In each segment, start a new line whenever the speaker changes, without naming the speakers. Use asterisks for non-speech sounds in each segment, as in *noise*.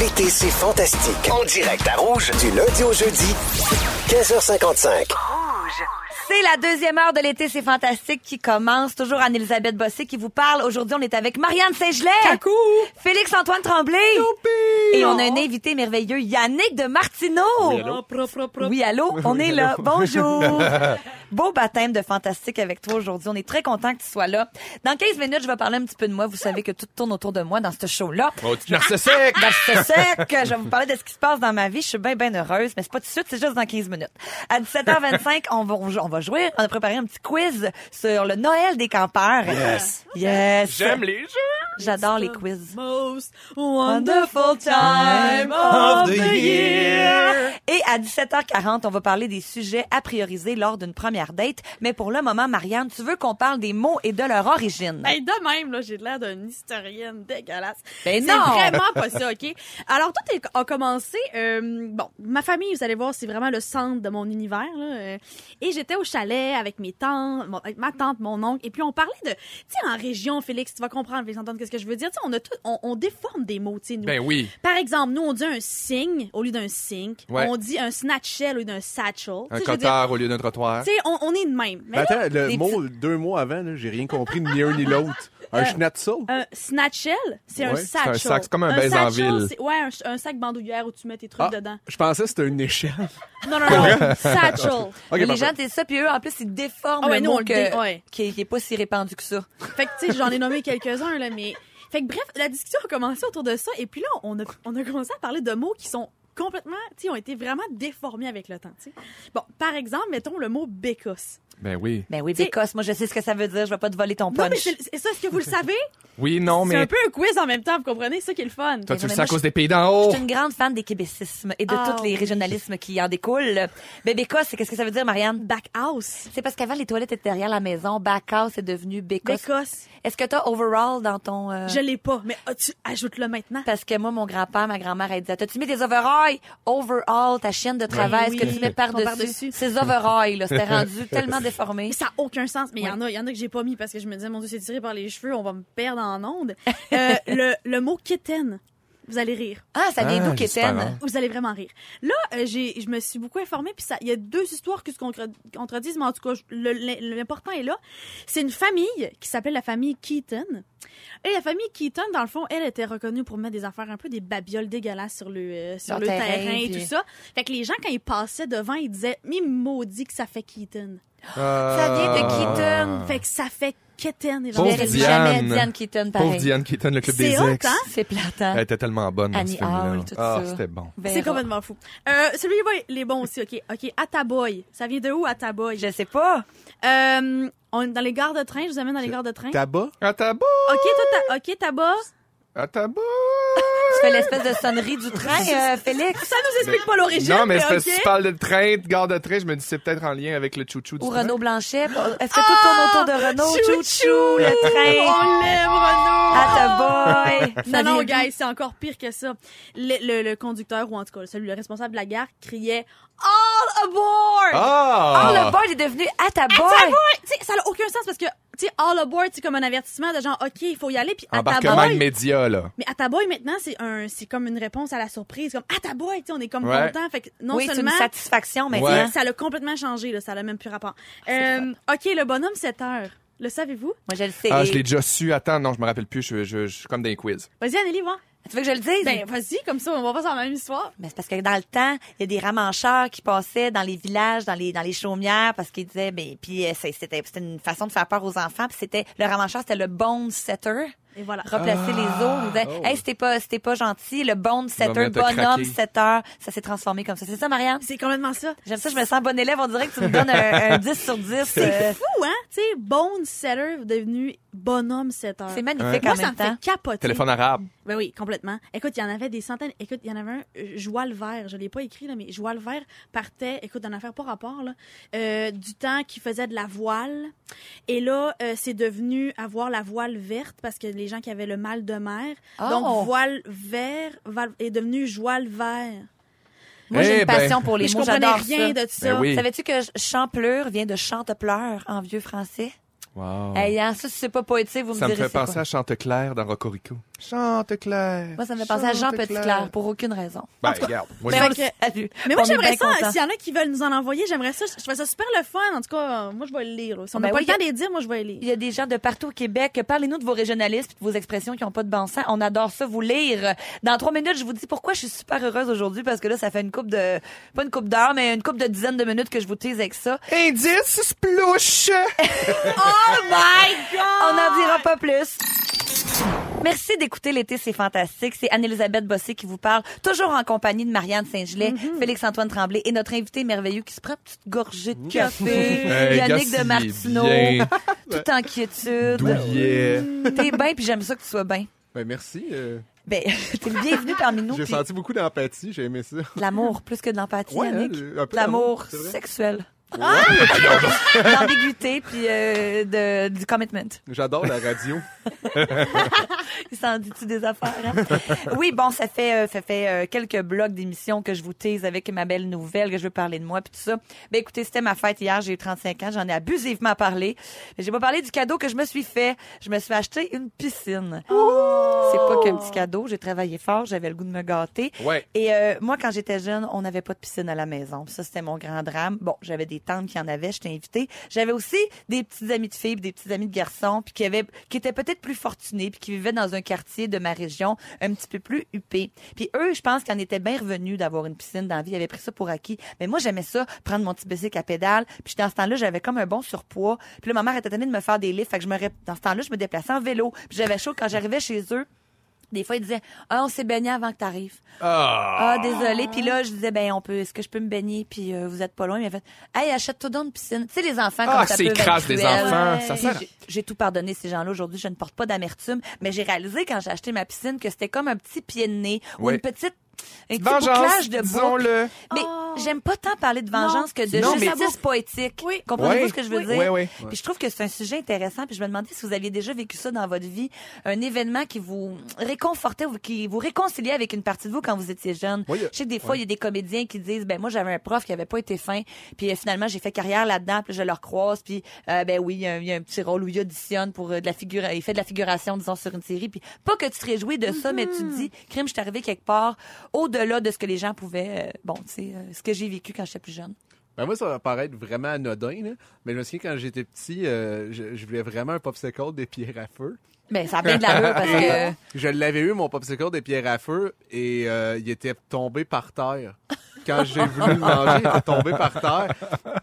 L'été, c'est fantastique. En direct à Rouge, du lundi au jeudi, 15h55.
C'est la deuxième heure de l'été, c'est fantastique qui commence. Toujours Anne-Elisabeth Bossé qui vous parle. Aujourd'hui, on est avec Marianne Saint-Gelais.
Coucou!
Félix-Antoine Tremblay. Et on a un invité merveilleux, Yannick de Martineau.
Oh, pro, pro, pro.
Oui, allô, on est là. *laughs* Bonjour. Beau baptême de fantastique avec toi aujourd'hui. On est très content que tu sois là. Dans 15 minutes, je vais parler un petit peu de moi. Vous savez que tout tourne autour de moi dans ce show-là.
Oh,
Mon petit narcissique!
Ben, je te sais que je vais vous parler de ce qui se passe dans ma vie. Je suis bien, bien heureuse, mais c'est pas tout de suite, c'est juste dans 15 minutes. À 17h25, on va, on va jouer. On a préparé un petit quiz sur le Noël des campeurs. Yes. Yes.
*laughs* J'aime les jeux!
J'adore les quiz.
Most wonderful time of the year.
Et à 17h40, on va parler des sujets à prioriser lors d'une première date. Mais pour le moment, Marianne, tu veux qu'on parle des mots et de leur origine?
Ben, de même, là, j'ai l'air d'une historienne dégueulasse.
Ben
c'est
non!
vraiment pas ça, OK? Alors, tout est- a commencé... euh, bon, ma famille, vous allez voir, c'est vraiment le centre de mon univers, là. euh, et j'étais au chalet avec mes tantes, mon- avec ma tante, mon oncle, et puis on parlait de... Tu sais, en région, Félix, tu vas comprendre, Félix, entendre qu'est-ce que je veux dire. Tu sais, on, a tout- on, on déforme des mots, tu sais, nous.
Ben oui.
Par exemple, nous, on dit un signe au lieu d'un sink.
Ouais.
On dit un snatchel au lieu d'un satchel. Tu
Un
sais, je veux dire,
cotard Ben, au lieu d'un trottoir.
tu sais, on, on est de même. Mais
Mais
là,
attends, le
des
mot, deux mois avant, là, j'ai rien compris de ni un ni l'autre. Un schnatzel?
un snatchel, c'est un
Ouais, c'est
un
satchel.
sac, c'est comme un baiser en
satchel,
ville.
c'est- Ouais, un, ch- un sac bandoulière où tu mets tes trucs
Ah,
dedans.
je pensais que c'était une échelle.
Non, non, non. satchel.
Ok,
les
parfait.
gens, c'est ça, puis eux, en plus, ils déforment
Ah ouais,
le
nous,
mot
on le
que-
dé- ouais.
qui, qui est pas si répandu que ça.
Fait que, tu sais, j'en ai nommé quelques-uns, là, mais. Fait que, bref, la discussion a commencé autour de ça. Et puis là, on a, on a commencé à parler de mots qui sont complètement. Tu sais, ont été vraiment déformés avec le temps, tu sais. Bon, par exemple, mettons le mot bécosse.
Ben oui.
Ben oui,
T'sais-
Bécosse, moi, je sais ce que ça veut dire. Je vais pas te voler ton punch.
Non, mais c'est c'est ça, est-ce que vous le
*laughs*
savez?
Oui, non,
C'est un
Oh, mais.
peu un quiz en même temps, vous comprenez? C'est ça qui est le fun.
Toi,
Mais
tu le
non,
sais
mais
à
moi, je-
cause des pays d'en haut.
Je suis une grande fan des québécismes et de
Ah,
tous les
oui.
régionalismes qui en découlent. Mais Bécosse, c'est- qu'est-ce que ça veut dire, Marianne?
Backhouse.
Ben, C'est parce qu'avant, les toilettes étaient derrière la maison. Backhouse est devenu Bécosse.
Bécosse.
Euh.
Est-ce que t'as overall dans ton... euh,
Je l'ai pas, mais ah, tu ajoutes-le maintenant.
Parce que moi, mon grand-père, ma grand-mère, elle disait, t'as-tu mis des overalls? Overall, ta chienne de travail,
Ben
ce que *laughs*
oui,
tu mets par-dessus.
ton par-dessus.
Ces overalls, là,
*laughs*
c'était rendu tellement déformé.
Mais ça n'a aucun sens. Mais il y en a, il y en a que j'ai pas mis parce que je me disais, mon Dieu, c'est tiré par les cheveux, on va me perdre en ondes. Euh, le, le mot kitten. Vous allez rire.
Ah, ça vient
Ah,
d'où,
j'espère,
Kéten?
hein.
Vous allez vraiment rire. Là, euh, j'ai, je me suis beaucoup informée, puis ça, il y a deux histoires qui se contre- contredisent, mais en tout cas, je- le- le- l'important est là. C'est une famille qui s'appelle la famille Keaton. Et la famille Keaton, dans le fond, elle était reconnue pour mettre des affaires un peu des babioles dégueulasses sur le, euh, sur
Sur
le
terrain,
terrain, et
puis-
tout ça. Fait que les gens, quand ils passaient devant, ils disaient, mais maudit que ça fait Keaton.
Ça vient de
Ah.
Keaton.
Keaton.
Fait que ça fait Keaton.
Je
Pauvre
verrai jamais
Diane.
Diane Keaton,
Pauvre
pareil. Ah,
Diane Ben, Keaton, le club
C'est
des
hot,
ex.
hein?
C'est platant.
Elle était tellement bonne dans
Annie
ce film-là.
Hall, tout
ah,
ça.
c'était bon.
Ben,
C'est complètement fou. Euh, celui-là, il est bon aussi, OK. OK, Ataboy. Ça vient de où, Ataboy?
Je sais pas.
Euh, on est dans les gares de train. Je vous amène dans les gares de train.
Tabac?
À ta bas!
OK, toi, t'as- OK, Taba.
À ta bas!
Tu fais l'espèce de sonnerie du train, euh, Félix.
Ça nous explique pas l'origine,
Non, mais c'est
mais
parce
OK.
que si tu parles de train, de garde de train, je me dis c'est peut-être en lien avec le chouchou du
Ou
train.
Renaud Blanchet. Est-ce que tout tourne autour
Ah!
de Renaud?
Chouchou.
Chouchou,
*laughs*
le train.
On l'aime, Renaud!
Ah, ta boy. Ça
Non, non,
vient d'où?
guys, c'est encore pire que ça. Le, le- le conducteur, ou en tout cas celui le responsable de la gare, criait « All aboard!
Oh,
Ah!
le boy est devenu à ta boy.
Tu sais, ça n'a aucun sens parce que, tu sais, all aboard, c'est comme un avertissement de genre, OK, il faut y aller, puis à ta
Embarquement
boy.
immédiat, là.
Mais Ataboy, maintenant, c'est un, c'est comme une réponse à la surprise. Comme Ataboy, tu sais, on est comme
Ouais.
content. Fait que non
oui, c'est une
seulement.
satisfaction
tu sais,
maintenant.
Ouais. Ah,
Ça l'a complètement changé, là. Ça l'a même plus rapport. Euh, OK, le bonhomme 7 heures. Le savez-vous?
Moi, je le sais.
Ah, je l'ai déjà su. Attends, non, je me rappelle plus. Je, je- je suis comme dans les quiz.
Vas-y, Anneli, va.
Tu veux que je le dise?
Ben, vas-y, comme ça, on va pas sur la même histoire.
Mais c'est parce que dans le temps, il y a des ramancheurs qui passaient dans les villages, dans les dans les chaumières, parce qu'ils disaient, ben, puis euh, c'est- c'était c'était une façon de faire peur aux enfants. Puis c'était le ramancheur, c'était le bone setter,
Et voilà.
replacer
Ah.
les os. On disait,
Oh.
hey, c'était pas c'était pas gentil, le bone setter,
venir te craquer.
bonhomme setter, ça s'est transformé comme ça. C'est ça, Marianne?
C'est complètement ça.
J'aime ça, je me sens bon élève. On dirait que tu me donnes un, un 10 sur 10. euh,
Fou, hein? Tu sais, Bone Setter devenu bonhomme 7 heures.
c'est magnifique
Moi,
en
ça
même
me fait
temps.
capoter.
Téléphone arabe.
Ben oui, complètement. Écoute, il y en avait des centaines. Écoute, il y en avait un, euh, Joie le Vert, je l'ai pas écrit, là, mais Joie le Vert partait, écoute, d'une affaire pas rapport, là, euh, du temps qu'il faisait de la voile. Et là, euh, c'est devenu avoir la voile verte parce que les gens qui avaient le mal de mer.
Oh!
Donc, voile vert val- est devenu Joie le Vert.
Moi, j'ai
Eh
une
ben.
passion pour
Mais
Oh, les
je
mots.
comprenais
J'adore
rien
ça.
de ça.
Ben oui.
Savais-tu que Champleur vient de Chante-pleure en vieux français?
Wow.
Hey, hein, ça, si c'est pas poétique, vous
Oh. Ça
me
me
direz
fait
c'est
penser
quoi.
à Chanteclair dans Rocorico. Chanteclair.
Moi, ça me fait penser à Jean
Chanteclair.
Petitclerc, pour aucune raison.
Ben, regarde. Moi,
Mais
j'ai-
on le salue.
Mais moi,
On est
j'aimerais
bien
ça. hein,
contents.
S'il y en a qui veulent nous en envoyer, j'aimerais ça. Je trouvais ça super le fun. En tout cas, euh, moi, je vais le lire. là. Si on n'a
Ben
pas
oui,
le temps
y
de les dire, moi, je vais les
Il
lire.
y a des gens de partout au Québec. Parlez-nous de vos régionalistes et de vos expressions qui n'ont pas de bon sens. On adore ça, vous lire. Dans trois minutes, je vous dis pourquoi je suis super heureuse aujourd'hui parce que là, ça fait une coupe de, pas une coupe d'heure, mais une coupe de dizaines de minutes que je vous tease avec ça.
Indice
*laughs*
splouche.
Oh my
On
God!
n'en dira pas plus. Merci d'écouter L'été, c'est fantastique. C'est Anne-Elisabeth Bossé qui vous parle, toujours en compagnie de Marianne Saint-Gelais,
Mhm.
Félix-Antoine Tremblay et notre invité merveilleux qui se prend une petite gorgée de café,
*laughs* Hey,
Yannick
gars,
de
si
Martineau, *laughs*
bien.
tout en quiétude.
Douillet.
T'es bien, puis j'aime ça que tu sois bien.
Ben, merci. euh,
Ben, *laughs* t'es le bienvenu parmi nous.
J'ai
puis
senti beaucoup d'empathie, j'ai aimé ça.
de L'amour plus que de l'empathie,
Ouais,
Yannick.
hein, un peu
De l'amour
d'amour, c'est vrai.
sexuel. D'ambiguïté, puis euh, de, du commitment.
J'adore la radio.
Il s'en dit-tu des affaires? hein? oui, bon, ça fait, euh, ça fait euh, quelques blocs d'émissions que je vous tease avec ma belle nouvelle, que je veux parler de moi, puis tout ça. Ben écoutez, c'était ma fête hier, j'ai eu 35 ans, j'en ai abusivement parlé. Mais j'ai pas parlé du cadeau que je me suis fait. Je me suis acheté une piscine.
Oh!
C'est pas qu'un petit cadeau, j'ai travaillé fort, j'avais le goût de me gâter.
Ouais.
Et euh, moi, quand j'étais jeune, on n'avait pas de piscine à la maison. Puis Ça, c'était mon grand drame. Bon, j'avais des tantes qui en avaient, j'étais invitée. J'avais aussi des petits amis de filles, puis des petits amis de garçons, puis qui, avaient, qui étaient peut-être plus fortunés, puis qui vivaient dans un quartier de ma région un petit peu plus huppé. Puis eux, je pense qu'ils en étaient bien revenus d'avoir une piscine dans la vie. Ils avaient pris ça pour acquis. Mais moi, j'aimais ça, prendre mon petit bicycle à pédale. Puis dans ce temps-là, j'avais comme un bon surpoids. Puis là, ma mère était tannée de me faire des lifts. Fait que je me, ré- dans ce temps-là, je me déplaçais en vélo. Puis j'avais chaud quand j'arrivais chez eux. Des fois, ils disaient, ah, on s'est baigné avant que t'arrives. Ah, désolé. Puis là, je disais, ben, on peut, est-ce que je peux me baigner? Puis euh, vous êtes pas loin. Il m'a fait, hey, achète-toi donc une piscine. Tu sais, les enfants, comme
Ah,
ça
c'est
peut être
crasse des
cruel.
enfants.
Ouais.
Ça
Puis
sert. à-
j'ai- J'ai tout pardonné ces gens-là aujourd'hui, je ne porte pas d'amertume, mais j'ai réalisé quand j'ai acheté ma piscine que c'était comme un petit pied de nez ou
Ouais.
une petite un petit
Vengeance,
bouclage de boucle.
disons-le.
Mais
Oh.
j'aime pas tant parler de vengeance que de
Non, mais-
justice poétique.
Oui.
Comprenez-vous
Ouais.
ce que je veux
Oui.
dire?
Ouais, ouais.
Puis je trouve que c'est un sujet intéressant. Puis je me demandais si vous aviez déjà vécu ça dans votre vie, un événement qui vous réconfortait ou qui vous réconciliait avec une partie de vous quand vous étiez jeune.
Oui, il y a-
Je sais que des fois, il y a des comédiens qui disent, ben moi j'avais un prof qui avait pas été fin, puis euh, finalement j'ai fait carrière là-dedans, puis je le recroise, puis euh, ben oui, il y, a un- il y a un petit rôle où il auditionne pour euh, de la figure, il fait de la figuration disons sur une série, puis pas que tu te réjouis de ça, mais tu te dis, crime, je suis arrivé quelque part au-delà de ce que les gens pouvaient, euh, bon, tu sais, euh, ce que j'ai vécu quand j'étais plus jeune.
Ben moi, ça va paraître vraiment anodin, là. mais je me souviens quand j'étais petit, euh, je, je voulais vraiment un popsicle des pierres à feu.
Ben *laughs* ça a bien de l'allure parce que
Je l'avais eu, mon popsicle des pierres à feu, et euh, il était tombé par terre. Quand j'ai voulu le manger, il était tombé par terre.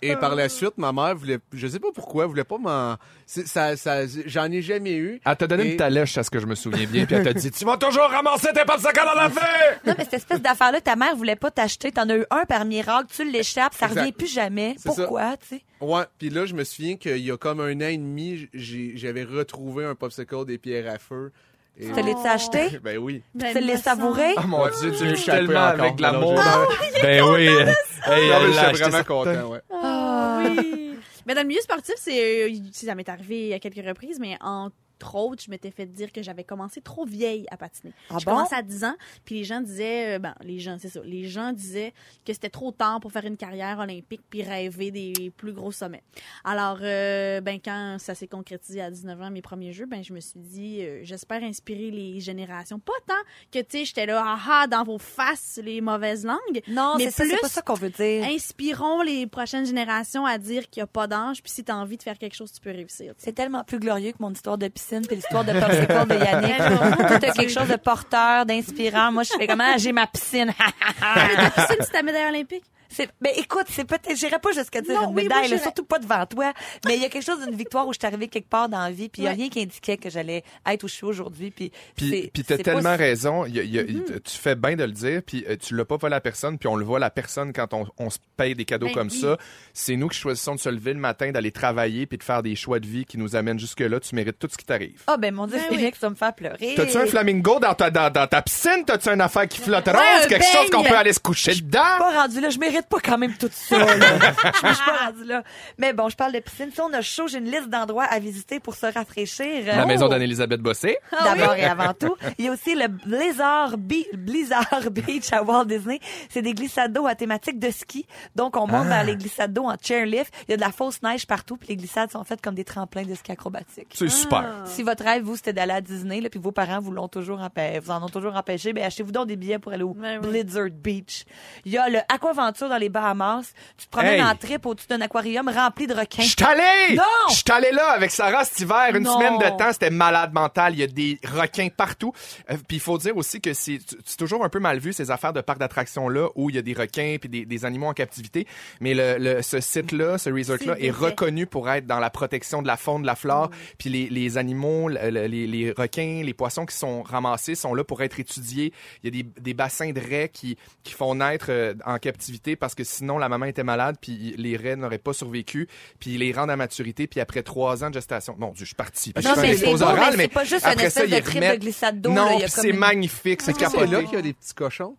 Et par la suite, ma mère voulait, je sais pas pourquoi, elle voulait pas m'en... c'est- Ça, ça, J'en ai jamais eu.
Elle t'a donné
Et-
une talèche, à ce que je me souviens bien, puis elle
*laughs*
t'a dit Tu vas toujours ramasser tes pâtes à dans la fée!
Non, mais cette espèce d'affaire-là, ta mère voulait pas t'acheter. T'en as eu un par miracle, tu l'échappes, ça
Exact.
revient plus jamais.
C'est ça.
Pourquoi, tu sais?
Ouais, puis là, je me souviens qu'il y a comme un an et demi, j'ai- j'avais retrouvé un popsicle des pierres à feu. Et...
Tu te l'as-tu
*laughs*
acheté?
Ben oui.
Ben,
Tu l'as
me semble.
savouré?
Oh mon dieu, tu
Je
es
suis
tellement
encore,
avec de l'amour.
alors,
Ah
dans- ben oui. Hey,
Non, mais
elle
j'étais
l'a acheté
vraiment
ça.
content, ouais.
Ah, oui. *laughs* Mais dans le milieu sportif, c'est euh, ça m'est arrivé à quelques reprises, mais entre autres, je m'étais fait dire que j'avais commencé trop vieille à patiner.
Ah
J'ai
bon?
commencé à 10 ans, puis les gens disaient, euh, ben, les gens, c'est ça, les gens disaient que c'était trop tard pour faire une carrière olympique puis rêver des plus gros sommets. Alors, euh, ben, quand ça s'est concrétisé à 19 ans, mes premiers jeux, ben, je me suis dit, euh, j'espère inspirer les générations. Pas tant que, tu sais, j'étais là, ah ah, dans vos faces, les mauvaises langues,
Non,
Mais
c'est ça, c'est
plus-
pas ça qu'on veut dire.
inspirons les prochaines générations à dire qu'il n'y a pas d'ange, puis si tu as envie de faire quelque chose, tu peux réussir. tu sais.
C'est tellement plus glorieux que mon histoire de piscine puis l'histoire de popsicle de Yannick. Tout a quelque chose de porteur, d'inspirant. Moi, je fais comment? J'ai ma piscine. *laughs*
Mais t'as piscine, c'est ta médaille olympique.
C'est- Mais écoute, c'est peut-être, j'irai pas jusqu'à dire
Non,
une
oui, moi,
médaille, là,
j'irais.
surtout pas devant toi. Mais il y a quelque chose d'une victoire où je suis arrivée quelque part dans la vie, puis il y a
Ouais.
rien qui indiquait que j'allais être où je suis aujourd'hui. Puis,
Puis,
c'est-
puis t'as
c'est pas
tellement
si- Mm-hmm.
raison. Il y a- il y a- Tu fais bien de le dire. Puis euh, tu l'as pas volé à personne. Puis on le voit à la personne quand on, on se paye des cadeaux
Ben
comme
oui.
ça. C'est nous qui choisissons de se lever le matin, d'aller travailler, puis de faire des choix de vie qui nous amènent jusque-là. Tu mérites tout ce qui t'arrive.
Ah ben mon Dieu,
Ben
Félix,
oui.
ça me fait pleurer.
T'as-tu un flamingo dans ta, dans, dans ta piscine? T'as-tu une affaire qui flotte rose?
Ouais, un
quelque chose qu'on
beigne.
peut aller se coucher dedans?
pas rendu là, je mérite mérite pas quand même tout ça. là. *laughs* Je je suis pas rendue là. Mais bon, je parle de piscine. Si on a chaud, j'ai une liste d'endroits à visiter pour se rafraîchir.
La
Oh! Ah
maison d'Anne-Elisabeth Bossé.
D'abord et avant tout. Il y a aussi le Blizzard, Be- Blizzard *laughs* Beach à Walt Disney. C'est des glissades d'eau à thématique de ski. Donc, on monte vers
Ah.
les glissades d'eau en chairlift. Il y a de la fausse neige partout. Puis les glissades sont faites comme des tremplins de ski acrobatique.
C'est super.
Ah. Si votre rêve, vous, c'était d'aller à Disney, là, puis vos parents vous l'ont toujours empê- vous en ont toujours empêché, ben achetez-vous donc des billets pour aller au
Ben oui.
Blizzard Beach. Il y a le Aquaventure dans les Bahamas. Tu te promènes
Hey.
en trip au-dessus d'un aquarium rempli de requins.
Je suis allé!
Non!
Je suis allé là avec Sarah cet hiver, une
Non.
semaine de temps, c'était malade mental, il y a des requins partout. Euh, puis il faut dire aussi que c'est tu- c'est toujours un peu mal vu ces affaires de parcs d'attractions là où il y a des requins puis des, des animaux en captivité, mais le, le- ce site là, ce resort là
C'est
est,
vrai.
reconnu pour être dans la protection de la faune, de la flore, puis les, les animaux, le- le- les, les requins, les poissons qui sont ramassés sont là pour être étudiés. Il y a des, des bassins de raies qui qui font naître euh, en captivité parce que sinon la maman était malade puis les raies n'auraient pas survécu puis ils les rendent à maturité puis après trois ans de gestation. Mon Dieu, je suis parti. Puis
Non,
Ben, je fais
mais
des
c'est
choses
beau,
orales,
mais c'est pas juste une
après
espèce
ça, ils
de trip de
remettent-
glissade d'eau, là,
Non,
il y a
puis
comme
c'est
une-
magnifique, Ah, c'est
C'est là
capoté.
qu'il y a des petits cochons.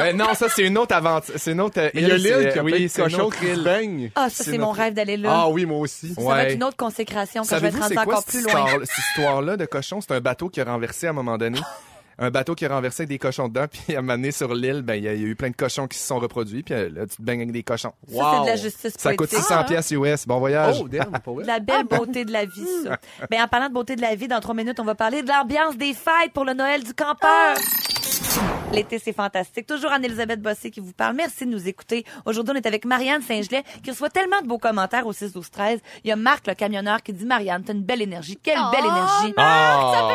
Euh, non, ça c'est une autre aventure, c'est une autre. euh,
Il y a
île, c'est-
l'île qui a
oui,
plein
c'est une
de cochons
autre
qui se
île.
baignent.
Ah, ça, c'est
c'est
mon
notre-
rêve d'aller là.
Ah oui, moi aussi.
Ça va
Ouais.
être une autre consécration quand je vais être rendue
Savez-vous c'est quoi
encore
cette
plus loin.
histoire- cette histoire-là de cochons? C'est un bateau qui a renversé à un moment donné. Un bateau qui a renversé avec des cochons dedans, *laughs* puis à un moment donné, sur l'île, ben, il y, a il y a eu plein de cochons qui se sont reproduits, puis euh, là, tu te baignes avec des cochons.
Ça, c'est
Wow.
de la justice
Ça coûte
poétique.
600 pièces US. Bon voyage.
Oh, damn, pour
De
vrai.
La belle beauté de la vie, ça. Ben, en parlant de beauté de la vie, dans trois minutes, on va parler de l'ambiance des fêtes pour le Noël du campeur. L'été, c'est fantastique. Toujours Anne-Elisabeth Bossé qui vous parle. Merci de nous écouter. Aujourd'hui, on est avec Marianne Saint-Gelais qui reçoit tellement de beaux commentaires au 6 12 13 Il y a Marc, le camionneur, qui dit Marianne, t'as une belle énergie. Quelle belle énergie.
Ah.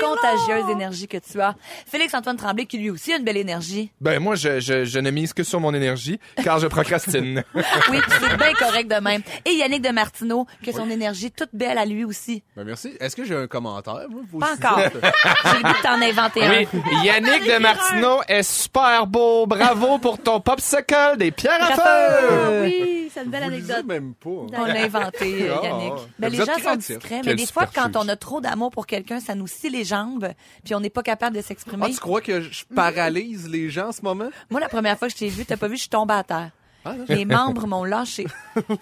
Contagieuse énergie que tu as. Félix-Antoine Tremblay qui lui aussi a une belle énergie.
Ben moi, je, je, je ne mise que sur mon énergie, car je procrastine.
Oui, puis c'est bien correct de même. Et Yannick de Martineau, que son énergie toute belle à lui aussi.
*laughs* Ben, merci. Est-ce que j'ai un commentaire? moi, vous
Pas
aussi?
encore. J'ai le goût de t'en inventer un.
oui, Yannick de Martineau est super beau. Bravo pour ton popsicle des pierres à feu.
Bravo.
Ah Oui, c'est une belle
Vous lisez
anecdote.
même pas. hein.
On
*laughs*
l'a inventé, euh,
Ah,
Yannick.
ah.
Ben, les
Vous
gens
êtes
sont
créatifs.
discrets, mais
Quelle
des fois, quand
superficie.
on a trop d'amour pour quelqu'un, ça nous scie les jambes, puis on n'est pas capable de
Ah,
s'exprimer.
tu crois que je paralyse les gens en ce moment?
Moi, la première fois que je t'ai vu, t'as pas vu, je suis tombée à terre.
Ah,
Les membres m'ont
*laughs*
lâché.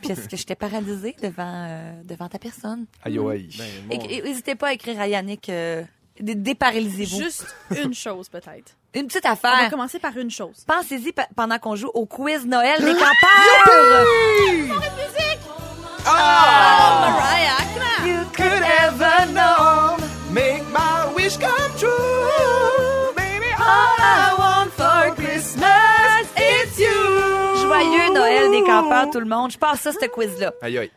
Puis est-ce que j'étais paralysée devant, euh, devant ta personne?
Aïe, aïe.
Et- et- N'hésitez pas à écrire à Yannick. euh, dé- Déparalysez-vous.
Juste une chose, peut-être.
une petite
On va
affaire.
commencer par une chose.
Pensez-y pe- pendant qu'on joue au quiz Noël
*gasps*
des campeurs.
Mariah, come on!
You could ever know
Make my wish come true. Baby, all I want for Christmas is you.
Joyeux Noël des campeurs, tout le monde. Je passe ça, ce quiz-là.
Aïe, aïe.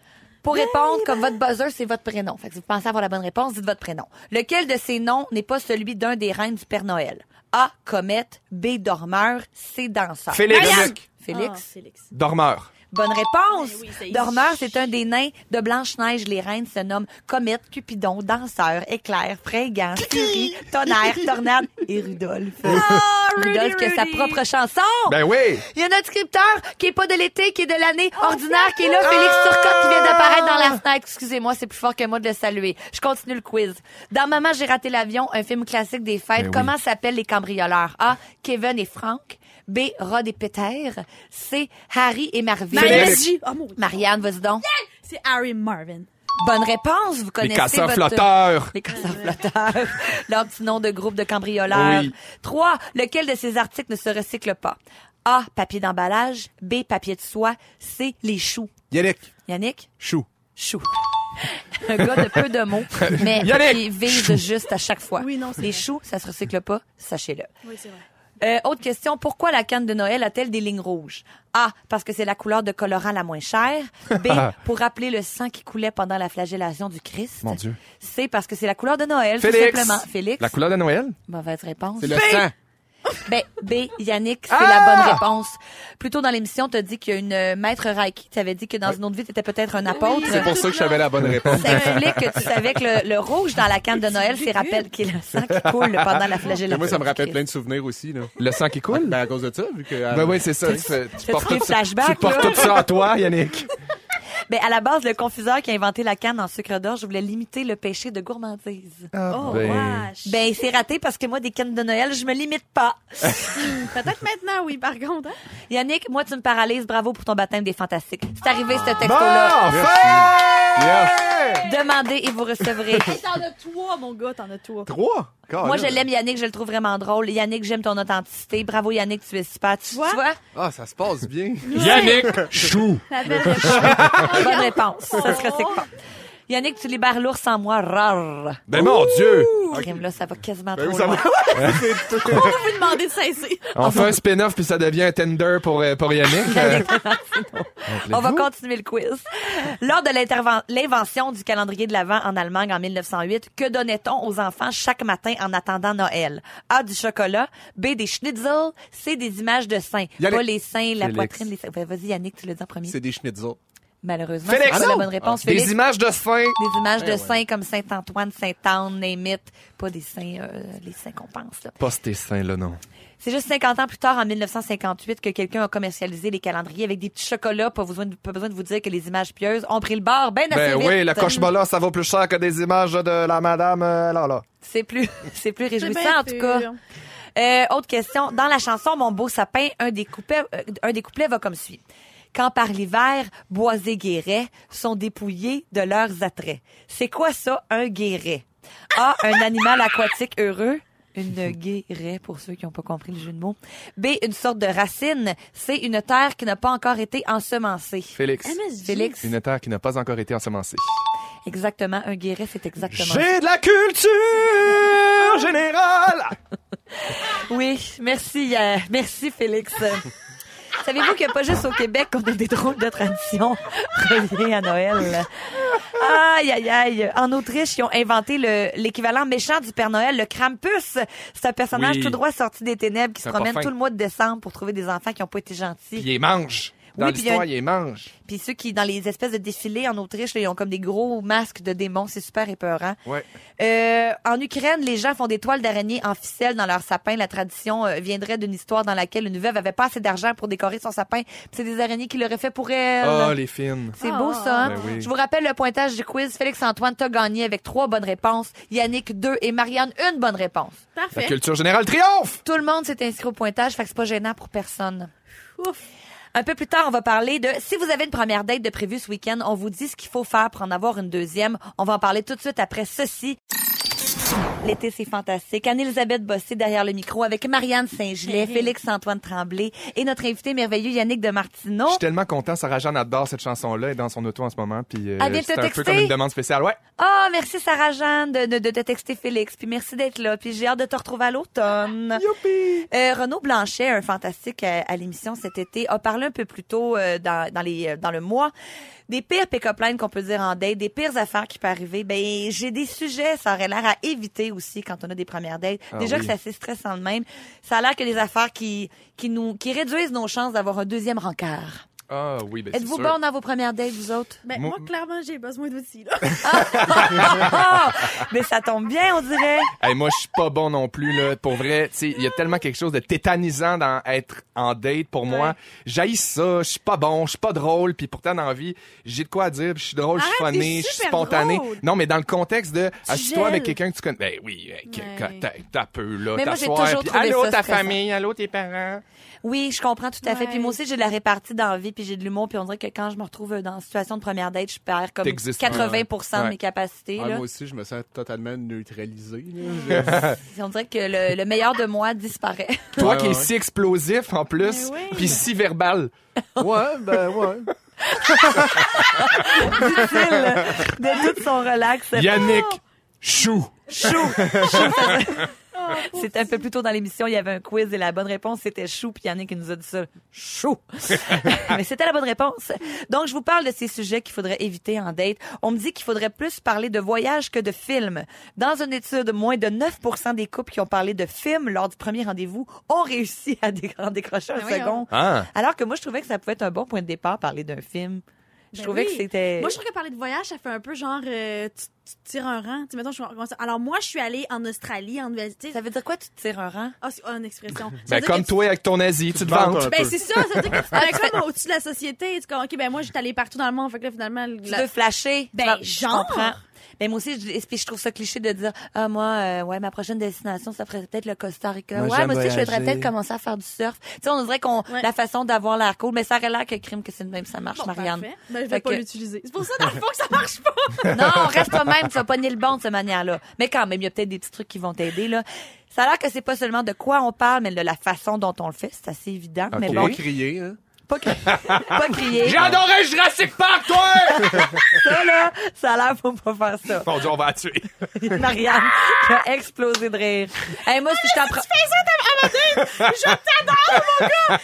Pour répondre, comme votre buzzer, c'est votre prénom. Fait que si vous pensez avoir la bonne réponse, dites votre prénom. Lequel de ces noms n'est pas celui d'un des reines du Père Noël? A. Comète. B. Dormeur. C. Danseur.
Félix.
Félix.
Ah,
Félix.
Félix.
Dormeur.
Bonne réponse.
Ben oui, c'est-
Dormeur, c'est un des nains de Blanche-Neige. Les reines se nomment Comète, Cupidon, Danseur, Éclair, Fringant, Furie, Tonnerre, Tornade et Rudolph. Rudolph qui a sa
Ah, Rudy.
propre chanson.
Ben oui.
Il y a notre scripteur qui est pas de l'été, qui est de l'année ordinaire, qui est là, Félix Turcotte, qui vient d'apparaître dans la fenêtre. Excusez-moi, c'est plus fort que moi de le saluer. Je continue le quiz. Dans Maman, j'ai raté l'avion, un film classique des fêtes.
Ben oui.
Comment s'appellent les cambrioleurs? A. Kevin et Frank. B. Rod et Peter. C. Harry et Marvin.
Mariah J. Oh, mon Dieu.
Marianne, vas-y donc.
C'est Harry Marvin.
Bonne réponse, vous
Les
connaissez
casseurs
votre...
flotteurs.
Les casseurs flotteurs. *laughs* Leur petit nom de groupe de cambrioleurs.
Oui.
Trois, lequel de ces articles ne se recycle pas? A, papier d'emballage. B, papier de soie. C, les choux.
Yannick,
Yannick?
chou.
Choux. *laughs* Un gars de peu de
*laughs*
mots, mais
Yannick!
qui vise juste à chaque fois.
Oui, non, c'est
les
vrai.
choux, ça se recycle pas, sachez-le.
Oui, c'est vrai.
Euh, autre question, pourquoi la canne de Noël a-t-elle des lignes rouges? A, parce que c'est la couleur de colorant la moins chère.
*laughs*
B, pour rappeler le sang qui coulait pendant la flagellation du Christ.
Mon Dieu.
C, parce que c'est la couleur de Noël, tout
Félix.
simplement. Félix,
La couleur de Noël.
mauvaise réponse.
C'est le sang.
Ben, B, Yannick, c'est
Ah!
la bonne réponse. Plus tôt dans l'émission, t'as dit qu'il y a une euh, maître Reiki. Tu avais dit que dans une autre vie, t'étais peut-être un apôtre.
C'est pour ça que j'avais la *laughs* bonne réponse.
Ça explique que tu savais que le, le rouge dans la canne de Noël, c'est rappel qu'il y a le sang qui coule pendant la
Et
flagellation.
moi, ça me
du
rappelle
Christ.
plein de souvenirs aussi. Là.
Le sang qui coule.
Ben, à
Euh,
cause de ça, vu que. ah,
Ben oui, c'est ça. Tu, fais- tu
T'as-tu des
tout ça-
flashbacks,
tu portes
là?
tout ça en toi, Yannick.
Ben, à la base, le confiseur qui a inventé la canne en sucre d'orge voulait limiter le péché de gourmandise.
Oh,
ben.
wesh.
Ben, c'est raté parce que moi, des cannes de Noël, je me limite pas.
Peut-être maintenant, oui, par contre. hein.
Yannick, moi, tu me paralyses. Bravo pour ton baptême des fantastiques. C'est arrivé, ce
Bon,
texto-là.
enfin!
Demandez et vous recevrez.
Hey, T'en as trois, mon gars, t'en as trois.
Trois?
Oh,
Moi, je l'aime, Yannick. Je le trouve vraiment drôle. Yannick, j'aime ton authenticité. Bravo, Yannick. Tu es super. Tu, tu vois?
vois?
Ah, ça se passe bien.
Yannick Chou.
La belle réponse.
Bonne réponse. Ça serait c'est quoi? Yannick, tu libères l'ours en moi. Rar.
Ben mon Dieu.
Crime, là, ça va quasiment trop
ça
loin.
Vous demander de cesser.
On fait un spin-off puis ça devient un Tinder pour, euh,
*laughs*
pour Yannick. Euh,
On va continuer le quiz. Lors de l'interven- l'invention du calendrier de l'Avent en Allemagne en 1908, que donnait-on aux enfants chaque matin en attendant Noël? A, du chocolat. B, des schnitzels. C, des images de seins.
Yannick.
Pas les seins, la
Félix.
poitrine, les seins. Ben, Vas-y, Yannick, tu le dis en premier.
C'est des schnitzels.
Malheureusement, Ah, c'est
Félix! Ah,
pas la bonne réponse. Félix,
Des Eh images de seins.
des images de seins comme Saint-Antoine, Saint-Anne, Némite. Pas des seins, euh, les seins qu'on pense, là.
Pas tes seins, là, non.
C'est juste 50 ans plus tard, en 1958, que quelqu'un a commercialisé les calendriers avec des petits chocolats. Pas besoin de, pas besoin de vous dire que les images pieuses ont pris le bord ben assez
Ben
vite.
oui, le cauchemar-là, ça vaut plus cher que des images de la madame, euh, là, là.
C'est plus, *laughs* c'est plus réjouissant,
bien
en tout cas.
sûr.
Euh, autre question. Dans la chanson Mon beau sapin, un des couplets, euh, un des couplets va comme suit. Quand par l'hiver, bois et guérets sont dépouillés de leurs attraits. C'est quoi ça, un guéret? A, un animal aquatique heureux. Une guéret, pour ceux qui n'ont pas compris le jeu de mots. B, une sorte de racine. C, une terre qui n'a pas encore été ensemencée.
Félix.
MSG.
Félix,
Une terre qui n'a pas encore été ensemencée.
exactement, un guéret, c'est exactement ça.
J'ai de la culture
Ah,
générale!
Oui, merci, euh, merci Félix. Euh, Savez-vous qu'il n'y a pas juste au Québec qu'on a des drôles de traditions *laughs* reliées à Noël? Aïe, aïe, aïe. En Autriche, ils ont inventé le- l'équivalent méchant du Père Noël, le Krampus. C'est un personnage
Oui.
tout droit sorti des ténèbres qui se
Ça a pas
promène
faim.
tout le mois de décembre pour trouver des enfants qui n'ont pas été gentils.
Puis il les mange. Dans
Oui, puis il y a
l'histoire,
une-
il les mange.
Puis ceux qui, dans les espèces de défilés en Autriche, là, ils ont comme des gros masques de démons. C'est super épeurant.
Ouais.
Euh, en Ukraine, les gens font des toiles d'araignée en ficelle dans leur sapin. La tradition euh, viendrait d'une histoire dans laquelle une veuve avait pas assez d'argent pour décorer son sapin. Puis C'est des araignées qui l'auraient fait pour elle.
Oh, les films.
C'est
Ah.
beau ça. hein?
Ben oui.
Je vous rappelle le pointage du quiz. Félix-Antoine t'a gagné avec trois bonnes réponses. Yannick, deux. Et Marianne, une bonne réponse.
La
Parfait.
culture générale triomphe!
Tout le monde s'est inscrit au pointage, fait que c'est pas gênant pour personne.
Ouf.
Un peu plus tard, on va parler de si vous avez une première date de prévue ce week-end, on vous dit ce qu'il faut faire pour en avoir une deuxième. On va en parler tout de suite après ceci. L'été, c'est fantastique. Anne-Elisabeth Bossé derrière le micro avec Marianne Saint-Gelais, Félix-Antoine Tremblay et notre invité merveilleux Yannick de Martineau.
Je suis tellement content. Sarah-Jeanne adore cette chanson-là. Elle est dans son auto en ce moment. Puis euh,
Elle vient de te
c'est un peu
texter?
comme une demande spéciale. Ouais.
Ah, merci Sarah-Jeanne de, de, de te texter Félix, puis merci d'être là, puis j'ai hâte de te retrouver à l'automne. Euh, Renaud Blanchet, un fantastique euh, à, à l'émission cet été, a parlé un peu plus tôt euh, dans, dans, les, euh, dans le mois des pires pick-up lines qu'on peut dire en date, des pires affaires qui peuvent arriver. Ben, j'ai des sujets, ça aurait l'air à éviter aussi quand on a des premières dates.
Ah
Déjà
oui.
que c'est assez stressant de même. Ça a l'air que des affaires qui, qui, nous, qui réduisent nos chances d'avoir un deuxième rencard.
Ah oui, ben c'est
Êtes-vous
sûr.
bon dans vos premières dates, vous
*laughs*
autres?
Ben,
Moi-
moi, clairement, j'ai besoin d'outils, là.
Ah! Mais ça tombe bien, on dirait.
Hey, moi, je suis pas bon non plus, là. Pour vrai, tu sais, il y a tellement quelque chose de tétanisant dans être en date pour moi. J'haïs ça, je suis pas bon, je suis pas drôle, puis pourtant, dans la vie, j'ai de quoi dire, puis je suis drôle, je suis
Arrête,
funny,
t'es
je suis
super
spontané.
drôle.
Non, mais dans le contexte de, assis-toi avec
gèles.
quelqu'un que tu connais. Ben oui, hey, que-
Ouais.
que- t'as- t'as peu, là,
Mais moi, j'ai
t'asseoir,
toujours
puis
trouvé
allô
ça
ta
stressant.
famille, allô tes parents.
Oui, je comprends tout à fait. Puis
Ouais.
moi aussi, j'ai de la répartie dans la vie, puis j'ai de l'humour. Puis on dirait que quand je me retrouve euh, dans une situation de première date, je perds comme
T'existes
80 de
Ouais.
mes capacités.
Ah,
là.
moi aussi, je me sens totalement neutralisé. *laughs*
On dirait que le, le meilleur de moi disparaît.
Toi
Ouais,
qui
ouais,
es
ouais.
si explosif, en plus,
Mais oui.
puis si verbal.
ouais, ben ouais.
de tout son relax.
Yannick, chou.
Chou! *laughs* Oh, C'est un peu plus tôt dans l'émission, il y avait un quiz et la bonne réponse, c'était chou, puis Yannick qui nous a dit ça. *laughs* Chou! Mais c'était la bonne réponse. Donc, je vous parle de ces sujets qu'il faudrait éviter en date. On me dit qu'il faudrait plus parler de voyage que de films. Dans une étude, moins de 9 des couples qui ont parlé de films lors du premier rendez-vous ont réussi à dé- en décrocher un
voyons.
second.
Ah.
Alors que moi, je trouvais que ça pouvait être un bon point de départ, parler d'un film. Je
Ben
trouvais
oui.
que c'était.
Moi, je trouve que parler de voyage, ça fait un peu genre, euh, tu, tu tires un rang. Tu sais, mettons, je commence à- Alors, moi, je suis allée en Australie, en nouvelle tu sais,
Ça veut dire quoi, tu te tires un rang?
Ah, c'est ah, une expression. Ça veut
Ben,
dire
comme
que tu-
toi avec ton Asie, tu te vantes.
Ben, c'est ça, ça veut
*laughs*
dire que tu te mets comme au-dessus de la société. Tu comme, OK, ben, moi, j'étais allée partout dans le monde. Fait que là, finalement,
Tu
la-
veux flasher?
Ben,
Tu vas- je
genre.
comprends. Mais moi aussi, je, et puis je trouve ça cliché de dire Ah, moi, euh, ouais, ma prochaine destination, ça ferait peut-être le Costa Rica.
Moi,
ouais,
j'aime
moi aussi, je voudrais
voyager.
peut-être commencer à faire du surf. Tu sais, on dirait qu'on
Ouais.
la façon d'avoir l'air cool, mais ça aurait l'air que crime que c'est le même, ça marche,
Bon,
Marianne.
parfait. Ben, je
Fait
vais pas
que-
l'utiliser. C'est pour ça, dans le fond, que ça marche
*laughs*
pas.
Non, reste toi-même, tu vas pogner le bon de cette manière-là. Mais quand même, il y a peut-être des petits trucs qui vont t'aider, là. Ça a l'air que c'est pas seulement de quoi on parle, mais de la façon dont on le fait. C'est assez évident. Mais
Ok.
bon,
Pas crier, hein?
pas, cri- pas crier.
J'ai adoré Jurassic Park, toi!
*laughs* Ça, là, ça a l'air, faut pas faire ça.
Mon Dieu, on va la tuer.
*laughs* Marianne qui a explosé de rire. Hey, moi, si je t'apprends.
Je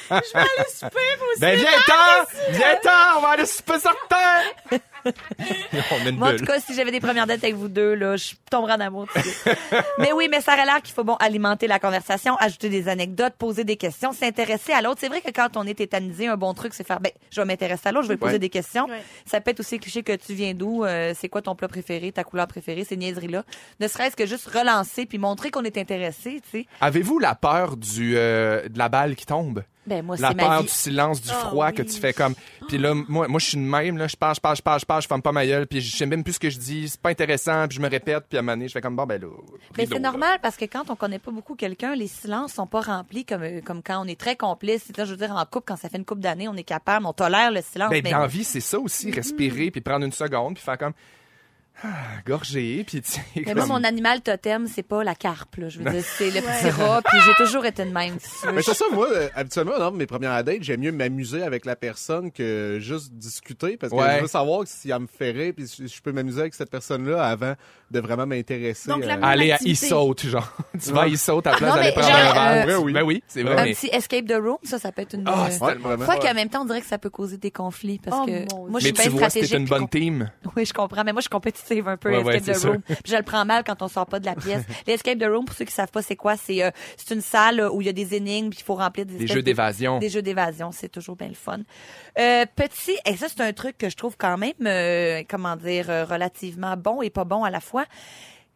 vais aller souper, moi aussi.
Ben, viens-t'en! Viens-t'en! On va aller super certain! *laughs* on met une
Moi, en tout
bulle.
cas, si j'avais des premières dates avec vous deux, là, je tomberais en amour. *laughs* tout de suite. mais oui, mais ça aurait l'air qu'il faut bon alimenter la conversation, ajouter des anecdotes, poser des questions, s'intéresser à l'autre. C'est vrai que quand on est tétanisé, un bon truc, c'est faire, ben, je vais m'intéresser à l'autre, je vais lui poser
Ouais.
des questions.
Ouais.
Ça peut être aussi cliché que tu viens d'où, euh, c'est quoi ton plat préféré, ta couleur préférée, ces niaiseries-là. Ne serait-ce que juste relancer puis montrer qu'on est intéressé, tu sais.
Avez-vous la peur du, euh, de la balle qui tombe?
Ben, moi,
la
c'est ma
peur
vie. Oh,
du silence, du
Ah
froid que
oui.
tu fais comme. Puis là, moi, moi je suis de même, là, je parle, je parle, je parle, je parle, je ferme pas ma gueule, puis je sais même plus ce que je dis, c'est pas intéressant, puis je me répète, puis à un moment donné, je fais comme, bon, ben là.
Mais
rideau,
c'est
là.
normal parce que quand on connaît pas beaucoup quelqu'un, les silences sont pas remplis comme euh, comme quand on est très complice. C'est-à-dire, je veux dire, en couple, quand ça fait une couple d'années, on est capable, on tolère le silence.
Ben,
mais Mm-hmm.
dans la vie, c'est ça aussi, respirer, puis prendre une seconde, puis faire comme. Ah, gorger, puis tu sais,
mais moi,
comme-
mon animal totem, c'est pas la carpe. Là. Je veux dire, c'est le petit rat. Puis j'ai toujours été de
*laughs*
même. si tu veux.
Mais c'est ça, moi, euh, habituellement, lors de mes premières dates, j'aime mieux m'amuser avec la personne que juste discuter parce que
Ouais.
je veux savoir si elle me fait rire puis si je peux m'amuser avec cette personne-là avant de vraiment m'intéresser.
Donc, la-
à-
Aller à
activité.
saute genre. *laughs* Tu vas à saute à la place
Ah, Non,
d'aller
mais
prendre
genre,
un verre.
euh, Ouais,
Ben oui,
oui.
c'est
Un
vrai. mais-
petit escape the room, ça, ça peut être une.
Ah,
euh,
c'est
Ouais,
tellement-
vraiment.
Fois qu'en même temps, on dirait que ça peut causer des conflits parce
Oh,
que moi,
mon
je
Mais
suis
tu
bien
vois, si
stratégique.
t'es une
puis
bonne
com-
team.
*laughs* Oui, je comprends, mais moi, je suis compétitive un peu,
Ouais, ouais,
Escape the
c'est
Room. Puis je le prends mal quand on sort pas de la
*laughs*
pièce. L'escape the Room, pour ceux qui savent pas, c'est quoi? C'est euh, c'est une salle où il y a des énigmes, puis il faut remplir des,
Des
espèces
jeux
de-
d'évasion.
Des jeux d'évasion, c'est toujours bien le fun. Euh, petit, et ça, c'est un truc que je trouve quand même, euh, comment dire, euh, relativement bon et pas bon à la fois.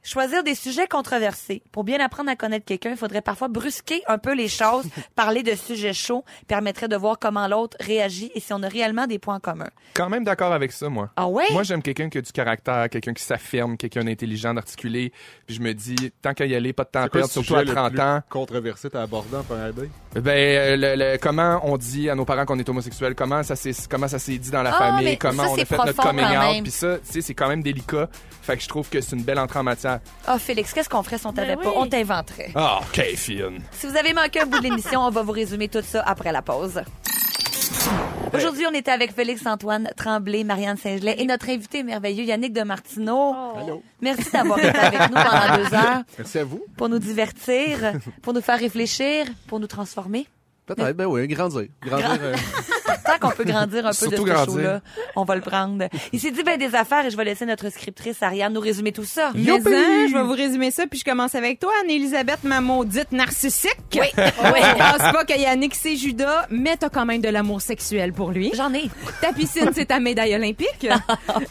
Choisir des sujets controversés. Pour bien apprendre à connaître quelqu'un, il faudrait parfois brusquer un peu les
*laughs*
choses, parler de sujets chauds, permettrait de voir comment l'autre réagit et si on a réellement des points communs.
Quand même d'accord avec ça, moi.
Ah ouais?
Moi, j'aime quelqu'un qui a du caractère, quelqu'un qui s'affirme, quelqu'un d'intelligent, d'articulé. Puis je me dis, tant qu'à y aller, pas de temps à
C'est quoi le
perdre, surtout à
sujet le
30
plus
ans.
Controversé, t'as abordé en première date.
Ben, euh, le- le- comment on dit à nos parents qu'on est homosexuel, comment ça s'est, comment ça s'est dit dans la
Ah, mais
famille, comment
ça,
on a
c'est
fait
profond
notre coming
quand
out.
même.
Puis ça, tu sais, c'est quand même délicat. Fait que je trouve que c'est une belle entrée en matière.
Ah, Félix, qu'est-ce qu'on ferait si on t'avait
Ben
pas?
oui.
On t'inventerait.
Ah, ok, fine.
Si vous avez manqué un bout de l'émission, on va vous résumer tout ça après la pause. Aujourd'hui, on était avec Félix-Antoine Tremblay, Marianne Saint-Gelais et notre invité merveilleux Yannick de Martineau.
Oh.
Merci d'avoir été avec nous pendant
*laughs*
deux heures
Merci à vous.
pour nous divertir, pour nous faire réfléchir, pour nous transformer.
Peut-être, ben oui, grandir. Grandir. euh,
Tant qu'on peut grandir un peu
Surtout
de ce
grandir.
show-là, on va le prendre. Il s'est dit ben des affaires et je vais laisser notre scriptrice Ariane nous résumer tout ça.
Mais hein, je vais vous résumer ça, puis je commence avec toi, Anne-Elisabeth, ma maudite narcissique. *laughs* Oui. Je pense pas que Yannick, c'est Judas, mais t'as quand même de l'amour sexuel pour lui.
J'en ai.
Ta piscine, c'est ta médaille *laughs* olympique.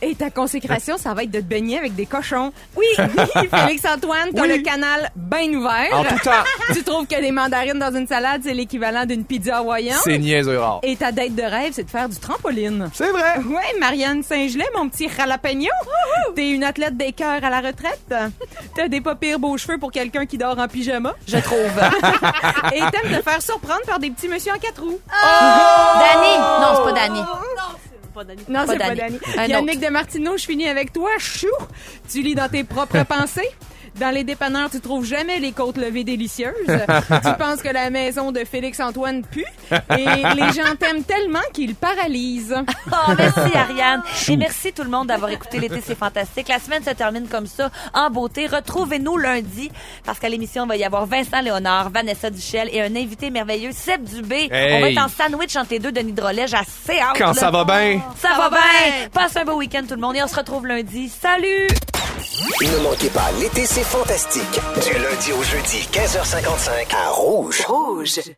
Et ta consécration, ça va être de te baigner avec des cochons. *laughs* Oui, oui, Félix-Antoine, t'as
Oui.
le canal bien ouvert.
En tout temps,
*laughs* Tu trouves que les mandarines dans une salade, c'est l'équivalent d'une pizza hawaïenne.
c'est niaiseux rare.
Et ta date de rêve, c'est de faire du trampoline.
C'est vrai.
Ouais, Marianne Saint-Gelais, mon petit jalapeno. T'es une athlète des cœurs à la retraite. T'as des pas pires beaux cheveux pour quelqu'un qui dort en pyjama.
Je trouve.
*laughs* Et t'aimes te faire surprendre par des petits messieurs en quatre roues.
Dani. Non, c'est pas Dani.
Non, c'est pas d'aller.
non,
pas
c'est pas
Dani.
Dani.
Un
Yannick de Martineau, je finis avec toi. Chou! Tu lis dans
*laughs*
tes propres pensées. Dans les dépanneurs, tu trouves jamais les côtes levées
*laughs*
délicieuses. tu penses que la maison de Félix-Antoine pue. Et les gens t'aiment tellement qu'ils paralysent.
Oh, merci Ariane. Et merci tout le monde d'avoir écouté l'été, c'est fantastique. La semaine se termine comme ça, en beauté. Retrouvez-nous lundi, parce qu'à l'émission, il va y avoir Vincent Léonard, Vanessa Duchel et un invité merveilleux, Seb Dubé.
Hey.
On va être en sandwich entre les deux de Nidrolège à Céa.
Quand ça va bien.
Ça, va bien. Passe un beau week-end tout le monde et on se retrouve lundi. Salut!
Ne manquez pas, l'été, c'est fantastique. Du lundi au jeudi, 15h55, à Rouge. Rouge.